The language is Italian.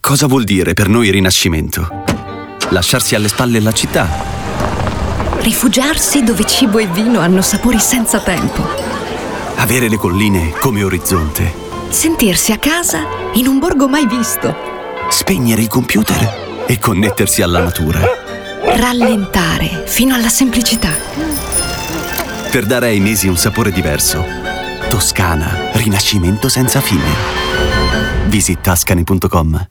cosa vuol dire per noi rinascimento? Lasciarsi alle spalle la città, Rifugiarsi dove cibo e vino hanno sapori senza tempo. avere le colline come orizzonte, Sentirsi a casa in un borgo mai visto. spegnere il computer e connettersi alla natura. Rallentare fino alla semplicità. Per dare ai mesi un sapore diverso. Toscana, rinascimento senza fine. Visit toscane.com.